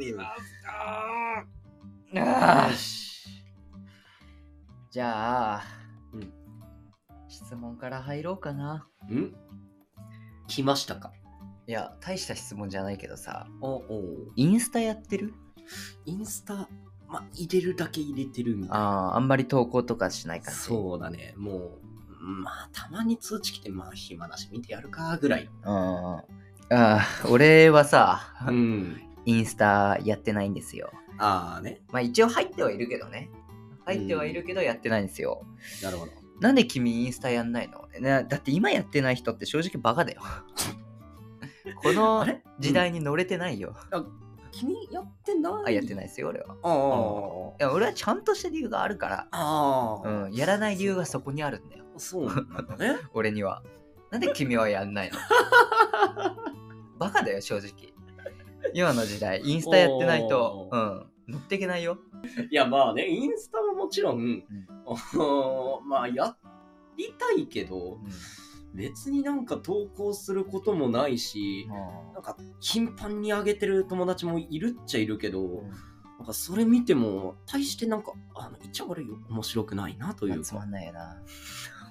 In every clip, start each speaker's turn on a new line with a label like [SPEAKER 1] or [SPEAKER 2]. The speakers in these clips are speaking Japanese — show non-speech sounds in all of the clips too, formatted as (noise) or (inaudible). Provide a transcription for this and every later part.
[SPEAKER 1] りました。
[SPEAKER 2] よし。じゃあ、
[SPEAKER 1] うん
[SPEAKER 2] 質問から入ろうかな。
[SPEAKER 1] ん来ましたか
[SPEAKER 2] いや、大した質問じゃないけどさ、
[SPEAKER 1] おお
[SPEAKER 2] インスタやってる
[SPEAKER 1] インスタ、ま、入れるだけ入れてるみたいな。
[SPEAKER 2] ああ、あんまり投稿とかしない感じ。
[SPEAKER 1] そうだね。もう、まあ、たまに通知来て、まあ、暇だし見てやるか、ぐらい。
[SPEAKER 2] うん。ああ、俺はさ、
[SPEAKER 1] ん。
[SPEAKER 2] インスタやってないんですよ。
[SPEAKER 1] ああね。
[SPEAKER 2] まあ一応入ってはいるけどね。入ってはいるけどやってないんですよ。
[SPEAKER 1] なるほど。
[SPEAKER 2] なんで君インスタやんないのなだって今やってない人って正直バカ
[SPEAKER 1] (laughs)
[SPEAKER 2] だよ。この
[SPEAKER 1] あれ
[SPEAKER 2] 時代に乗れてないよ。
[SPEAKER 1] 君やってない
[SPEAKER 2] あ、やってない
[SPEAKER 1] い。
[SPEAKER 2] ですよ、俺は。
[SPEAKER 1] ああ。
[SPEAKER 2] いや、俺はちゃんとした理由があるか
[SPEAKER 1] ああ
[SPEAKER 2] ら、。うん、やらない理由がそこにあるんだよ、
[SPEAKER 1] そうなんだね。 (laughs)
[SPEAKER 2] 俺には。なんで君はやんないのバカだよ、正直。今の時代、インスタやってないと
[SPEAKER 1] お、
[SPEAKER 2] うん、乗っていけないよ。
[SPEAKER 1] いやまあね、インスタももちろん、 (laughs) あのまあやりたいけど、別になんか投稿することもないし、なんか頻繁に上げてる友達もいるっちゃいるけど、なんかそれ見ても、大してなんか、あの、いっちゃ悪いよ、面白くないなという
[SPEAKER 2] つま
[SPEAKER 1] か。
[SPEAKER 2] んないよな。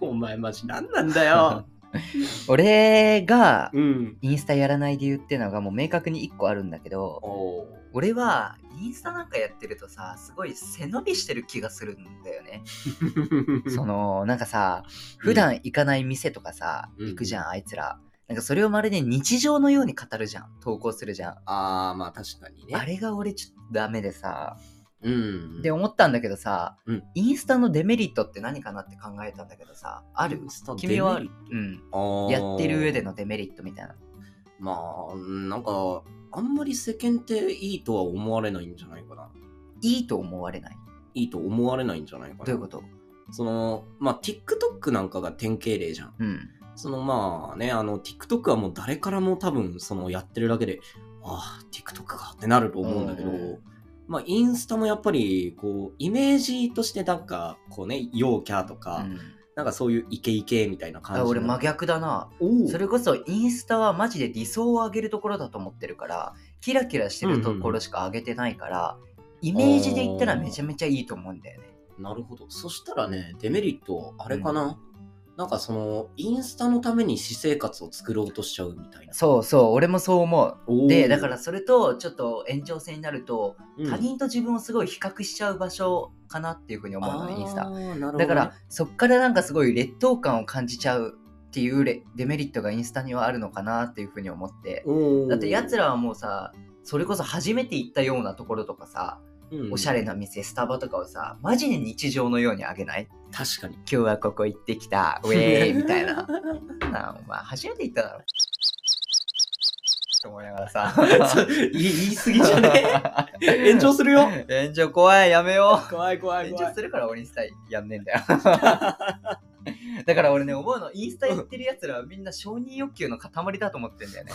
[SPEAKER 1] お前マジ何なんだよ。
[SPEAKER 2] (laughs) 俺が
[SPEAKER 1] (laughs) うん。
[SPEAKER 2] インスタやらない理由っていうのがもう明確に1個あるんだけど、
[SPEAKER 1] (laughs) おー
[SPEAKER 2] 俺はインスタなんかやってるとさすごい背伸びしてる気がするんだよねそのなんかさ普段行かない店とかさ、
[SPEAKER 1] うん
[SPEAKER 2] 行くじゃんあいつらなんかそれをまるで日常のように語るじゃん投稿するじゃん
[SPEAKER 1] ああ、まあ確かにね。
[SPEAKER 2] あれが俺ちょっとダメでさ
[SPEAKER 1] うん。
[SPEAKER 2] で思ったんだけどさ、
[SPEAKER 1] うん
[SPEAKER 2] インスタのデメリットって何かなって考えたんだけどさある
[SPEAKER 1] インスタ
[SPEAKER 2] 君はあ
[SPEAKER 1] デメ
[SPEAKER 2] る
[SPEAKER 1] リ、
[SPEAKER 2] うん、
[SPEAKER 1] あー
[SPEAKER 2] やってる上でのデメリットみたいな
[SPEAKER 1] まあ、なんか、あんまり世間っていいとは思われないんじゃないかな。
[SPEAKER 2] いいと思われない
[SPEAKER 1] いいと思われないんじゃないかな。
[SPEAKER 2] どういうこと
[SPEAKER 1] その、まあ、TikTok なんかが典型例じゃん。
[SPEAKER 2] うん
[SPEAKER 1] そのまあね、あの、TikTok はもう誰からも多分、そのやってるだけで、ああ、TikTok かってなると思うんだけど、
[SPEAKER 2] うん
[SPEAKER 1] まあ、インスタもやっぱり、こう、イメージとしてなんか、こうね、陽キャとか、
[SPEAKER 2] うん
[SPEAKER 1] なんかそういうイケイケみたいな感じ
[SPEAKER 2] あ
[SPEAKER 1] の。
[SPEAKER 2] 俺真逆だな
[SPEAKER 1] おう
[SPEAKER 2] それこそインスタはマジで理想を上げるところだと思ってるからキラキラしてるところしか上げてないから、イメージで言ったらめちゃめちゃいいと思うんだよね。
[SPEAKER 1] なるほど。そしたらね、デメリット、あれかな、なんかその、インスタのために私生活を作ろうとしちゃうみたいな。
[SPEAKER 2] そうそう俺もそう思う。でだから
[SPEAKER 1] 他
[SPEAKER 2] それとちょっと延長線になると、他人と自分をすごい比較しちゃう場所かなっていうふうに思うのねインスタ。だ
[SPEAKER 1] だ
[SPEAKER 2] から、そっからなんかすごい劣等感を感じちゃうっていうレデメリットがインスタにはあるのかなっていうふうに思って。だってやつ
[SPEAKER 1] ら、
[SPEAKER 2] らはもうさそれこそ初めて行ったようなところとかさ
[SPEAKER 1] うん
[SPEAKER 2] おしゃれな店スタバとかをさマジで日常のようにあげない
[SPEAKER 1] 確かに。
[SPEAKER 2] 今日はここ行って
[SPEAKER 1] (laughs)
[SPEAKER 2] きた (laughs) ウェーイみたいななあお前初めて行っただろと思いなが
[SPEAKER 1] (laughs)
[SPEAKER 2] らさ
[SPEAKER 1] 言い言い過ぎじゃね炎上するよ
[SPEAKER 2] (laughs) 炎上怖いやめよう
[SPEAKER 1] 怖い怖い
[SPEAKER 2] 炎
[SPEAKER 1] 怖
[SPEAKER 2] 上
[SPEAKER 1] い。
[SPEAKER 2] するから俺インスタやんねえ
[SPEAKER 1] (laughs)
[SPEAKER 2] んだよだから俺ね思うのインスタやってるやつらはみんな承認欲求の塊だと思ってんだよね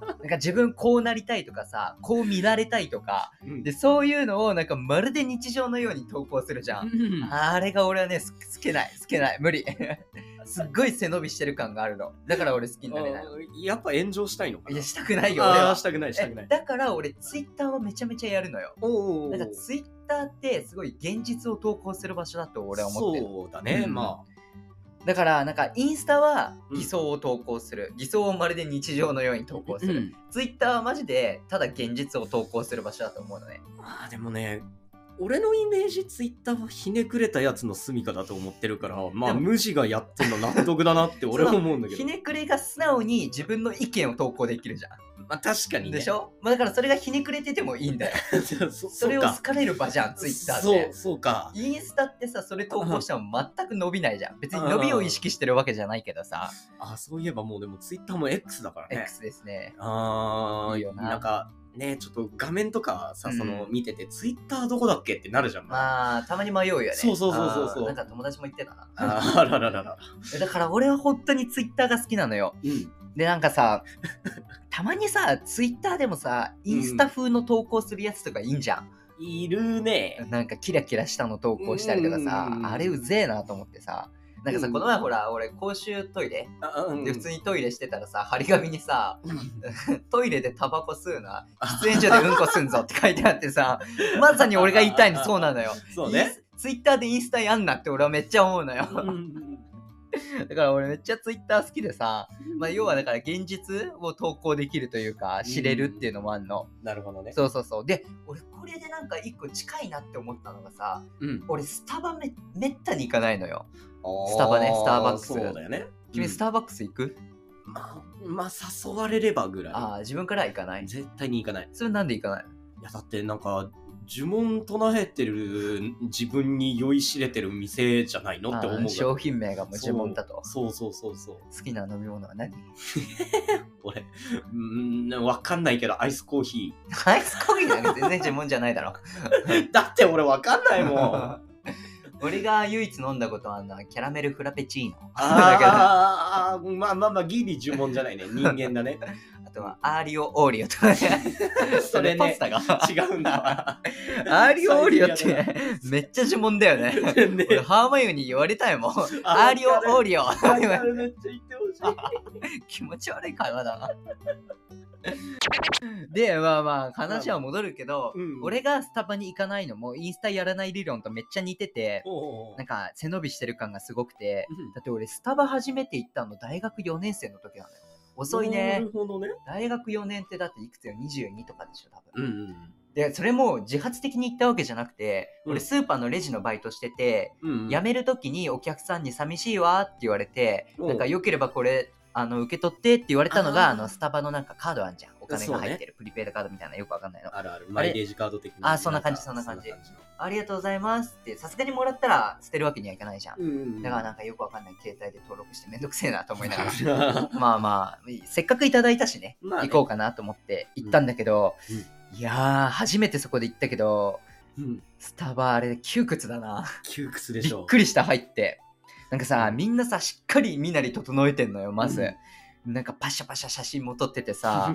[SPEAKER 2] なんか自分こうなりたいとかさこう見られたいとか
[SPEAKER 1] うん
[SPEAKER 2] でそういうのをなんかまるで日常のように投稿するじゃん
[SPEAKER 1] うん
[SPEAKER 2] あれが俺はね、す好けない、好けない、無理。 (laughs) すっごい背伸びしてる感があるの。だから俺好きになれないの。
[SPEAKER 1] やっぱ炎上したいのか
[SPEAKER 2] い
[SPEAKER 1] な
[SPEAKER 2] や、したくないよ、俺
[SPEAKER 1] あ
[SPEAKER 2] は
[SPEAKER 1] ーしたくない、したくな
[SPEAKER 2] え
[SPEAKER 1] い。
[SPEAKER 2] だから俺、ツイッターはめちゃめちゃやるのよ。
[SPEAKER 1] お
[SPEAKER 2] なんかツイッターってすごい現実を投稿する場所だと俺は思ってる。
[SPEAKER 1] そうだね、
[SPEAKER 2] うん
[SPEAKER 1] ま
[SPEAKER 2] だから、なんかインスタは理想を投稿する。理想をまるで日常のように投稿
[SPEAKER 1] あ。
[SPEAKER 2] する。ツイッターはマジでただ現実を投稿する場所だと思うのね。
[SPEAKER 1] あーでもね俺のイメージツイッターはひねくれたやつの住みかだと思ってるからまあ
[SPEAKER 2] でも
[SPEAKER 1] 無地がやってんの納得だなって俺は思うんだけ
[SPEAKER 2] (laughs) ひ
[SPEAKER 1] ど、
[SPEAKER 2] ねくれが素直に自分の意見を投稿できるじゃ
[SPEAKER 1] まあ、確か
[SPEAKER 2] ん。
[SPEAKER 1] にね
[SPEAKER 2] でしょ、まあ、だからそれがひねくれててもいいんだよ。
[SPEAKER 1] (laughs) そそ
[SPEAKER 2] (laughs) それを
[SPEAKER 1] う
[SPEAKER 2] 好
[SPEAKER 1] か
[SPEAKER 2] かれる場じゃん、ツイッターっ
[SPEAKER 1] そう
[SPEAKER 2] て。
[SPEAKER 1] そうか
[SPEAKER 2] インスタってさ、それ投稿しても全く伸びないじゃん。別に伸びを意識してるわけじゃないけどさ、
[SPEAKER 1] あそういえばもうでもツイッターも X だからね
[SPEAKER 2] X ですね。
[SPEAKER 1] ああ
[SPEAKER 2] いいよなん
[SPEAKER 1] かねちょっと画面とかさ、
[SPEAKER 2] うん
[SPEAKER 1] その見ててツイッターどこだっけってなるじゃん、あ
[SPEAKER 2] まあ、たまに迷うよね。
[SPEAKER 1] そうそうそうそうそう
[SPEAKER 2] あーなんか友達も言ってたな。
[SPEAKER 1] あーあらららら、
[SPEAKER 2] だから俺は本当にツイッターが好きなのよ。
[SPEAKER 1] うん、
[SPEAKER 2] で、なん
[SPEAKER 1] (laughs)
[SPEAKER 2] かさ、たまにさ、ツイッターでもさ、インスタ風の投稿するやつとかいいんじゃん。
[SPEAKER 1] いるね
[SPEAKER 2] なんかキラキラしたの投稿したりとか
[SPEAKER 1] うんうんうんう
[SPEAKER 2] さ、
[SPEAKER 1] ん
[SPEAKER 2] あれうぜえなと思ってさ、なんかさ、
[SPEAKER 1] うん
[SPEAKER 2] この前ほら、俺、公衆トイレ
[SPEAKER 1] あうん
[SPEAKER 2] で普通にトイレしてたらさ、張り紙にさ、トイレでタバコ吸うな、喫煙所でうんこすんぞって書いてあっ
[SPEAKER 1] (laughs)
[SPEAKER 2] てさ、まさに俺が言いたいのそうなのよ。
[SPEAKER 1] そうね。
[SPEAKER 2] ツイッターでインスタやんなって俺はめっちゃ思うのよ。だから俺めっちゃツイッター好きでさ、まあ要はだから現実を投稿できるというか、知れるっていうのもあんの。
[SPEAKER 1] なるほどね。
[SPEAKER 2] そうそうそう。で、俺これでなんか一個近いなって思ったのがさ、
[SPEAKER 1] うん
[SPEAKER 2] 俺スタバめめったに行かないのよ。スタバねスターバックス
[SPEAKER 1] そうだよね。
[SPEAKER 2] 君スターバックス行く、
[SPEAKER 1] うんまあ、まあ、誘われればぐらい。
[SPEAKER 2] ああ、自分からは行かない。
[SPEAKER 1] 絶対に行かない。
[SPEAKER 2] それなんで行かない
[SPEAKER 1] いやだってなんか呪文唱えてる自分に酔いしれてる店じゃないのって
[SPEAKER 2] あ
[SPEAKER 1] 思う
[SPEAKER 2] ー
[SPEAKER 1] が
[SPEAKER 2] 商品名がもう呪文だと。
[SPEAKER 1] そうそうそうそう
[SPEAKER 2] 好きな飲み物は何 (laughs)
[SPEAKER 1] 俺うーんわかんないけどアイスコーヒ
[SPEAKER 2] アイスコーヒーなんか全然呪文じゃないだろ。
[SPEAKER 1] ー (laughs) だって俺わかん
[SPEAKER 2] (laughs)
[SPEAKER 1] ないもんあ
[SPEAKER 2] 俺が唯一飲んだことはあのキャラメルフラペチーノ。あ
[SPEAKER 1] あーまあまあまあギリ呪文じゃないね人間だ
[SPEAKER 2] (laughs)
[SPEAKER 1] ね
[SPEAKER 2] とはアーリオオーリオと (laughs) かね。
[SPEAKER 1] それね
[SPEAKER 2] パスタが。 (laughs)
[SPEAKER 1] 違うんだ
[SPEAKER 2] アーリオオーリオっ
[SPEAKER 1] 最悪
[SPEAKER 2] てめっちゃ呪文だよね。
[SPEAKER 1] わね
[SPEAKER 2] (laughs) 俺ハーマイオニーに言われた (laughs) いもん。アーリオオーリオ。
[SPEAKER 1] あれあれめっちゃ言ってほしい
[SPEAKER 2] 気持ち悪い会話だ (laughs) な。で、まあまあ、話は戻るけど、
[SPEAKER 1] うん
[SPEAKER 2] 俺がスタバに行かないのも、インスタやらない理論とめっちゃ似てて、
[SPEAKER 1] おうおう
[SPEAKER 2] なんか背伸びしてる感がすごくて、
[SPEAKER 1] うん
[SPEAKER 2] だって俺、スタバ初めて行ったの大学4年生の時なのよ。遅い
[SPEAKER 1] な
[SPEAKER 2] ね
[SPEAKER 1] る。ほどね
[SPEAKER 2] 大学4年ってだっていくつよ ?22 とかでしょ、多
[SPEAKER 1] うん
[SPEAKER 2] 分。
[SPEAKER 1] うん
[SPEAKER 2] で、それも自発的に行ったわけじゃなくて、
[SPEAKER 1] うん
[SPEAKER 2] 俺、スーパーのレジのバイトしてて、
[SPEAKER 1] うんうん
[SPEAKER 2] 辞める時にお客さんに寂しいわって言われて、
[SPEAKER 1] うん
[SPEAKER 2] なんか良ければこれあの受け取ってって言われたのが
[SPEAKER 1] あー
[SPEAKER 2] あのスタバのなんかカードあんじゃんお金
[SPEAKER 1] そう
[SPEAKER 2] が
[SPEAKER 1] ね
[SPEAKER 2] 入ってる、プリペイドカードみたいなよくわかんないの
[SPEAKER 1] あるあるマイレージカード的な
[SPEAKER 2] あそんな感じ
[SPEAKER 1] か
[SPEAKER 2] そんな感じ
[SPEAKER 1] そんな感じ
[SPEAKER 2] ありがとうございますってさすがにもらったら捨てるわけにはいかないじゃん、
[SPEAKER 1] うんうん
[SPEAKER 2] だか
[SPEAKER 1] (laughs)
[SPEAKER 2] らなんかよくわかんない携帯で登録してめんどくせえなと思いながら
[SPEAKER 1] ら
[SPEAKER 2] (laughs) まあまあせっかくいただいたしね
[SPEAKER 1] まあね
[SPEAKER 2] 行こうかなと思って行ったんだけど、いやー初めてそこで行ったけど
[SPEAKER 1] うん
[SPEAKER 2] スタバあれ窮屈だな
[SPEAKER 1] 窮屈で
[SPEAKER 2] び
[SPEAKER 1] し
[SPEAKER 2] っ
[SPEAKER 1] ょう
[SPEAKER 2] くりした入ってなんかさみんなさしっかり身なり整えてんのよまず、なんかパシャパシャ写真も撮って
[SPEAKER 1] (laughs)
[SPEAKER 2] てさ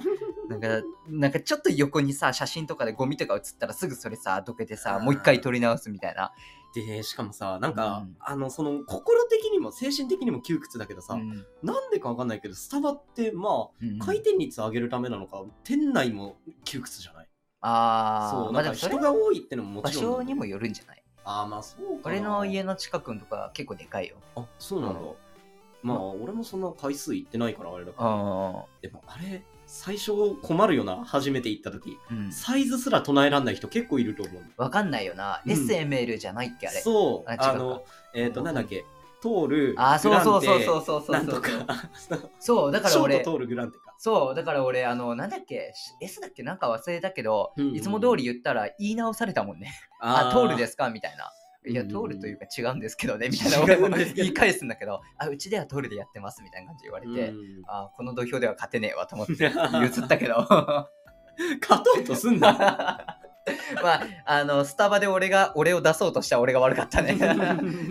[SPEAKER 2] なんかなんかちょっと横にさ写真とかでゴミとか写ったらすぐそれさどけてさもう一回撮り直すみたいな、
[SPEAKER 1] でしかもさなんか、
[SPEAKER 2] うん
[SPEAKER 1] あのその心的にも精神的にも窮屈だけどさ、
[SPEAKER 2] うん
[SPEAKER 1] なんでかわかんないけどスタバってま
[SPEAKER 2] うん
[SPEAKER 1] あ回転率上げるためなのか、店内も窮屈じゃない
[SPEAKER 2] ああ
[SPEAKER 1] そう
[SPEAKER 2] ま
[SPEAKER 1] な
[SPEAKER 2] あ
[SPEAKER 1] ん
[SPEAKER 2] で
[SPEAKER 1] か
[SPEAKER 2] もそれ
[SPEAKER 1] 人
[SPEAKER 2] は
[SPEAKER 1] が多いってのもも
[SPEAKER 2] 場
[SPEAKER 1] ちろん
[SPEAKER 2] 所にもよるんじゃない
[SPEAKER 1] ああまあそうかな
[SPEAKER 2] 俺の家の近くのとか結構でかいよ
[SPEAKER 1] あそうなんだ、
[SPEAKER 2] う
[SPEAKER 1] まあ俺もそんな回数行ってないからあれだけど
[SPEAKER 2] あ
[SPEAKER 1] でもあれ最初困るよな初めて行った時
[SPEAKER 2] あうん
[SPEAKER 1] サイズすら唱えらんない人結構いると思う
[SPEAKER 2] わかんないよな、
[SPEAKER 1] うん
[SPEAKER 2] SML じゃないってあれ
[SPEAKER 1] そう、
[SPEAKER 2] あ違う
[SPEAKER 1] あ
[SPEAKER 2] か
[SPEAKER 1] の、えっ、と、なんだっけ、通る、、
[SPEAKER 2] あーそうそうそうそううそうそう
[SPEAKER 1] なんとか、 (laughs)
[SPEAKER 2] そうだか
[SPEAKER 1] シ
[SPEAKER 2] ら
[SPEAKER 1] ョ
[SPEAKER 2] 俺
[SPEAKER 1] ート通るグランテか。
[SPEAKER 2] そう、だから俺、あの、なんだっけ、し S だっけなんか忘れたけど、
[SPEAKER 1] うん。
[SPEAKER 2] いつも通り言ったら言い直されたもんね。あ、通るですすかみたいな。いや、
[SPEAKER 1] うん
[SPEAKER 2] 通るというか違うんですけ
[SPEAKER 1] (laughs)
[SPEAKER 2] どね、みたいな。俺も
[SPEAKER 1] 違うんですけど
[SPEAKER 2] 言い返すんだけど、あ、うちでは通るでやってます、みたいな感じで言われて、
[SPEAKER 1] うん
[SPEAKER 2] あ、この土俵では勝てねえわと
[SPEAKER 1] (laughs)
[SPEAKER 2] 思って、譲ったけど。ま
[SPEAKER 1] 勝とうとすんな。
[SPEAKER 2] あ、あの、スタバで俺が、俺を出 (laughs) そうとした俺が悪かっ
[SPEAKER 1] (laughs)
[SPEAKER 2] たね。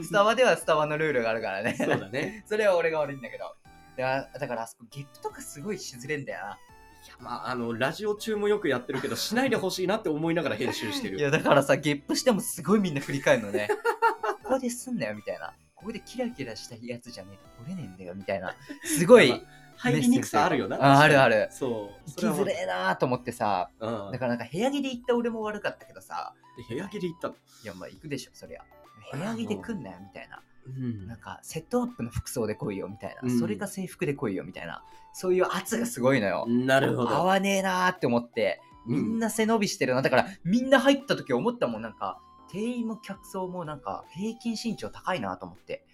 [SPEAKER 2] スタバではスタバのルールがあるからね。
[SPEAKER 1] そうだね。
[SPEAKER 2] それは俺が悪いんだけど。いやだからあそこゲップとかすごいしずれんだよな。
[SPEAKER 1] いや、まあ、あの、ラジオ中もよくやってるけど、しないでほしいなって思いながら編集して
[SPEAKER 2] い
[SPEAKER 1] る。
[SPEAKER 2] やだからさゲップしてもすごいみんな振り返るのねここですんなよみたいなここでキラキラしたやつじゃねえと取れねえんだよみたいなすごい
[SPEAKER 1] まあ入りにくさあるよな。
[SPEAKER 2] ああるあ
[SPEAKER 1] る。
[SPEAKER 2] る
[SPEAKER 1] そう。
[SPEAKER 2] 行きづれえなーと思ってさ
[SPEAKER 1] それは
[SPEAKER 2] だからなんか部屋着で行った俺も悪かったけどさ
[SPEAKER 1] うん。部屋着で行ったの。
[SPEAKER 2] いやまあ行くでしょそりゃ部屋着で来んなよみたいな
[SPEAKER 1] うん
[SPEAKER 2] なんかセットアップの服装で来いよみたいな、
[SPEAKER 1] うん
[SPEAKER 2] それが制服で来いよみたいなそういう圧がすごいのよ
[SPEAKER 1] なるほ
[SPEAKER 2] 合
[SPEAKER 1] ど。
[SPEAKER 2] わねえなーって思ってみんな背伸びしてるな。だから、みんな入った時思ったもん、なんか、店員も客層もなんか、平均身長高いなと思って。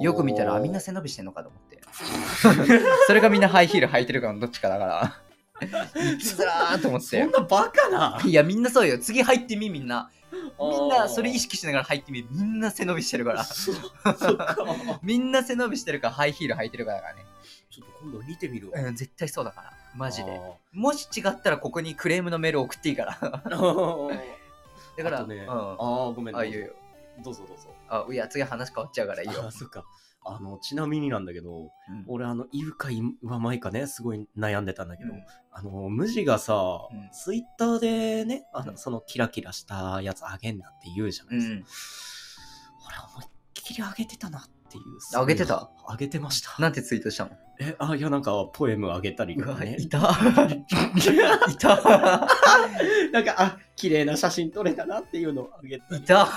[SPEAKER 2] よく見たら、あみんな背伸びしてんのかと思って。 (laughs) それがみんなハイヒール履いてるかのどっちかだから。生きづらーと思っ
[SPEAKER 1] そ
[SPEAKER 2] て
[SPEAKER 1] ん。なバカ
[SPEAKER 2] (laughs)
[SPEAKER 1] な。
[SPEAKER 2] いや、みんなそうよ。次入ってみ、みんな。みんな、それ意識しながら入ってみ。みんな背伸びしてるか
[SPEAKER 1] あー
[SPEAKER 2] ら。
[SPEAKER 1] そそっ
[SPEAKER 2] (laughs)
[SPEAKER 1] か。
[SPEAKER 2] みんな背伸びしてるから、ハイヒール履いてるからだからね。
[SPEAKER 1] ちょっと今度見てみるわ。
[SPEAKER 2] うん、絶対そうだから。マジで。
[SPEAKER 1] あ
[SPEAKER 2] もし違ったら、ここにクレームのメール送っていいから。 (laughs)
[SPEAKER 1] ー。 (laughs) だ
[SPEAKER 2] だから、
[SPEAKER 1] ね、
[SPEAKER 2] うん。
[SPEAKER 1] あ
[SPEAKER 2] あ、
[SPEAKER 1] あ、ごめん
[SPEAKER 2] いいよいいよ。
[SPEAKER 1] どうぞどうぞ。
[SPEAKER 2] あ、いや、次話変わっちゃうからいい
[SPEAKER 1] あ
[SPEAKER 2] よ
[SPEAKER 1] ー。そっか。あの、ちなみになんだけど、
[SPEAKER 2] うん
[SPEAKER 1] 俺、あの、言うか言わないかね、すごい悩んでたんだけど、
[SPEAKER 2] うん
[SPEAKER 1] あの、無地がさ、
[SPEAKER 2] うん
[SPEAKER 1] ツイッターでね、あの、
[SPEAKER 2] うん
[SPEAKER 1] そのキラキラしたやつあげんなって言うじゃないですか。俺、思いっきりあげてたなっっていう。
[SPEAKER 2] あげてた
[SPEAKER 1] あげてました。
[SPEAKER 2] なんてツイートしたの
[SPEAKER 1] え、あ、いや、なんか、ポエムあげたりと
[SPEAKER 2] う
[SPEAKER 1] か
[SPEAKER 2] わ、
[SPEAKER 1] ね。
[SPEAKER 2] いた。 (laughs) いた。
[SPEAKER 1] (laughs) なんか、あ、綺麗な写真撮れたなっていうのをあげた
[SPEAKER 2] い
[SPEAKER 1] り。
[SPEAKER 2] た。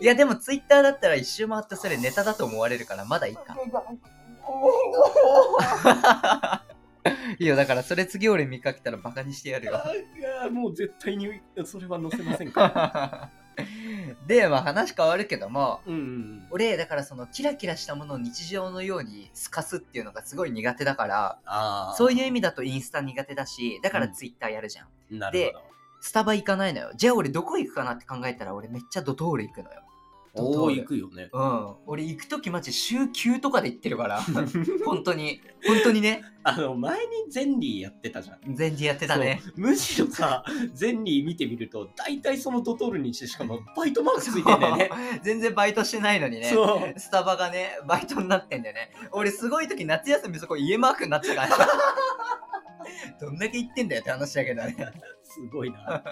[SPEAKER 2] いや、でもツイッターだったら一周回ってそれネタだと思われるから、まだいいか。いいよ、だからそれ次俺見かけたらバカにしてやるよ。 (laughs)
[SPEAKER 1] あもう絶対にそれは載せません (laughs) から。
[SPEAKER 2] で、まあ話変わるけども、
[SPEAKER 1] うんうん。
[SPEAKER 2] 俺、だからそのキラキラしたものを日常のようにすかすっていうのがすごい苦手だから、
[SPEAKER 1] あ
[SPEAKER 2] そう
[SPEAKER 1] い
[SPEAKER 2] いう意味だとインスタ苦手だし、だから
[SPEAKER 1] うん
[SPEAKER 2] ツイッターやるじゃん。
[SPEAKER 1] う。なる
[SPEAKER 2] スタバ行かないのよ。じゃあ俺どこ行くかなって考えたら俺めっちゃドトール行くのよ。
[SPEAKER 1] ほど。おお、行くよね。
[SPEAKER 2] うん。俺行くときマジ週9とかで行ってるから。本当に。本当にね。
[SPEAKER 1] (laughs) あの、前にゼンリーやってたじゃん。
[SPEAKER 2] 全然やってたね。
[SPEAKER 1] そうむしろさ、ゼンリー見てみると、大体そのドトールにしてしかもバイトマークついてんだよね。
[SPEAKER 2] 全然バイトしてないのにね。
[SPEAKER 1] そう。
[SPEAKER 2] スタバがね、バイトになってんだよね。俺すごい時夏休みそこ家マークになって
[SPEAKER 1] (laughs)
[SPEAKER 2] たから。どんだけ行ってんだよって話だけどね。
[SPEAKER 1] すごいな。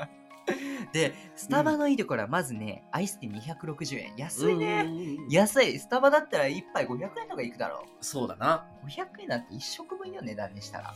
[SPEAKER 2] で、スタバのいいところはまずね、アイスティー260円。安いね。
[SPEAKER 1] いや、
[SPEAKER 2] 安い。スタバだったら1杯500円とかいくだろ
[SPEAKER 1] そうだな。
[SPEAKER 2] う。500円なんて1食分よ値段にしたら。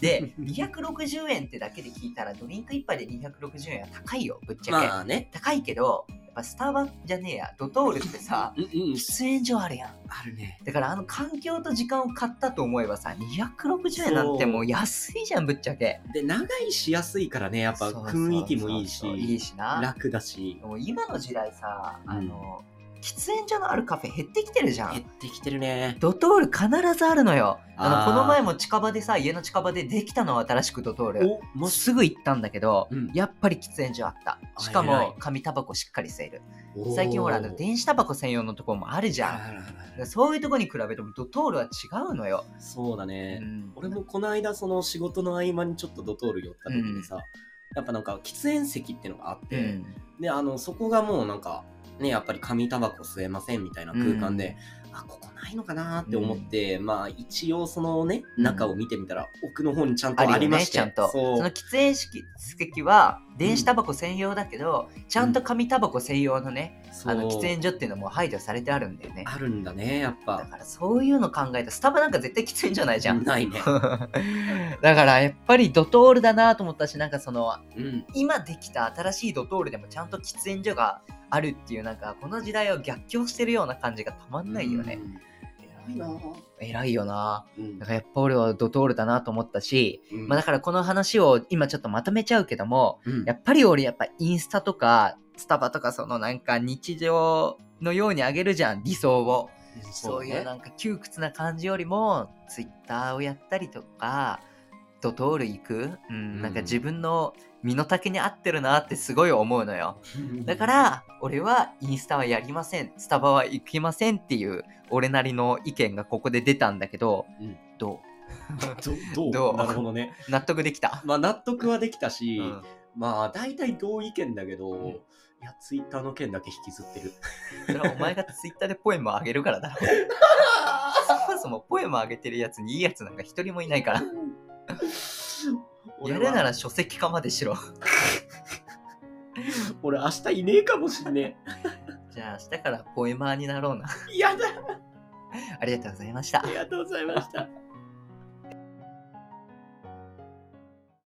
[SPEAKER 2] で、260円ってだけで聞いたらドリンク1杯で260円は高いよ、ぶっちゃけ。
[SPEAKER 1] まあね。
[SPEAKER 2] 高いけど、やっぱスタバじゃねえや、ドトールってさ、
[SPEAKER 1] うんうん。
[SPEAKER 2] 喫煙所あるやん。
[SPEAKER 1] あるね。
[SPEAKER 2] だからあの環境と時間を買ったと思えばさ、260円なんてもう安いじゃん、ぶっちゃけ。
[SPEAKER 1] で、長いしやすいからね、やっぱ
[SPEAKER 2] そうそう
[SPEAKER 1] 雰囲気もいい
[SPEAKER 2] そうそうい
[SPEAKER 1] し、
[SPEAKER 2] いしな。
[SPEAKER 1] 楽だし。
[SPEAKER 2] もう今の時代さ、
[SPEAKER 1] うん
[SPEAKER 2] あの、喫煙所のあるカフェ減ってきてるじゃ
[SPEAKER 1] 減っ
[SPEAKER 2] ん。
[SPEAKER 1] てきてるね。
[SPEAKER 2] ドトール必ずあるのよ。あ
[SPEAKER 1] あー
[SPEAKER 2] の、この前も近場でさ、家の近場でできたの新しくドトール。
[SPEAKER 1] お、もし、
[SPEAKER 2] すぐ行ったんだけど、
[SPEAKER 1] うん
[SPEAKER 2] やっぱり喫煙所あった。しか
[SPEAKER 1] あ偉い
[SPEAKER 2] も紙タバコしっかり吸える。最近ほら、あの
[SPEAKER 1] 子
[SPEAKER 2] 電子タバコ専用のところもあるじゃん。だからそういうとこに比べてもドトールは違うのよ。
[SPEAKER 1] そうだね。
[SPEAKER 2] うん
[SPEAKER 1] 俺もこの間その仕事の合間にちょっとドトール寄った時にさ、やっぱなんか喫煙席っていうのがあっ
[SPEAKER 2] う
[SPEAKER 1] て、
[SPEAKER 2] ん
[SPEAKER 1] であのそこがもうなんかねやっぱり紙タバコ吸えませんみたいな空間で、あここないのかなって思って、まあ一応そのね
[SPEAKER 2] うん
[SPEAKER 1] 中を見てみたら、奥の方にちゃんと
[SPEAKER 2] あ
[SPEAKER 1] あ
[SPEAKER 2] る
[SPEAKER 1] り
[SPEAKER 2] よ
[SPEAKER 1] ま
[SPEAKER 2] ね、
[SPEAKER 1] して、
[SPEAKER 2] ちゃんと。
[SPEAKER 1] そ
[SPEAKER 2] そうの喫煙式席は電子タバコ専用だけど、ちゃんと紙タバコ専用のね、
[SPEAKER 1] そう
[SPEAKER 2] あの喫煙所っていうのも排除されてあるんだよね。
[SPEAKER 1] あるんだねやっ
[SPEAKER 2] だ
[SPEAKER 1] ぱ
[SPEAKER 2] からそういうの考えたらスタバなんか絶対喫煙じゃないじゃん。
[SPEAKER 1] ないね
[SPEAKER 2] (laughs) だからやっぱりドトールだなと思ったしなんかその
[SPEAKER 1] うん
[SPEAKER 2] 今できた新しいドトールでもちゃんと喫煙所があるっていうなんかこの時代を逆境してるような感じがたまんないよね、
[SPEAKER 1] うん偉いな
[SPEAKER 2] 偉いよな
[SPEAKER 1] うん
[SPEAKER 2] だからやっぱ俺はドトールだなと思ったし、まあ、だからこの話を今ちょっとまとめちゃうけども
[SPEAKER 1] うん
[SPEAKER 2] やっぱり俺やっぱインスタとかスタバとかそのなんか日常のようにあげるじゃん理想をそういうなんか窮屈な感じよりもツイッターをやったりとかドトール行く、うん
[SPEAKER 1] うん
[SPEAKER 2] なんか自分の身の丈に合ってるなってすごい思うのよ
[SPEAKER 1] うん
[SPEAKER 2] だから俺はインスタはやりませんスタバは行きませんっていう俺なりの意見がここで出たんだけど、
[SPEAKER 1] うん
[SPEAKER 2] ど
[SPEAKER 1] どどう
[SPEAKER 2] どう
[SPEAKER 1] なるほどね
[SPEAKER 2] う納得できた、
[SPEAKER 1] まあ納得はできたし、
[SPEAKER 2] うん
[SPEAKER 1] まあ大体同意見だけど、
[SPEAKER 2] ん
[SPEAKER 1] いやツイッターの件だけ引きずってる
[SPEAKER 2] それはお前がツイッターでポエムをあげるからだろそもそもポエムをあげてるやつにいいやつなんか一人もいないからやるなら書籍化までしろ
[SPEAKER 1] 俺明日いねえかもしんね
[SPEAKER 2] じゃあ明日からポエマーになろうな (laughs)
[SPEAKER 1] え。やだ、
[SPEAKER 2] ありがとうございました
[SPEAKER 1] ありがとうございました。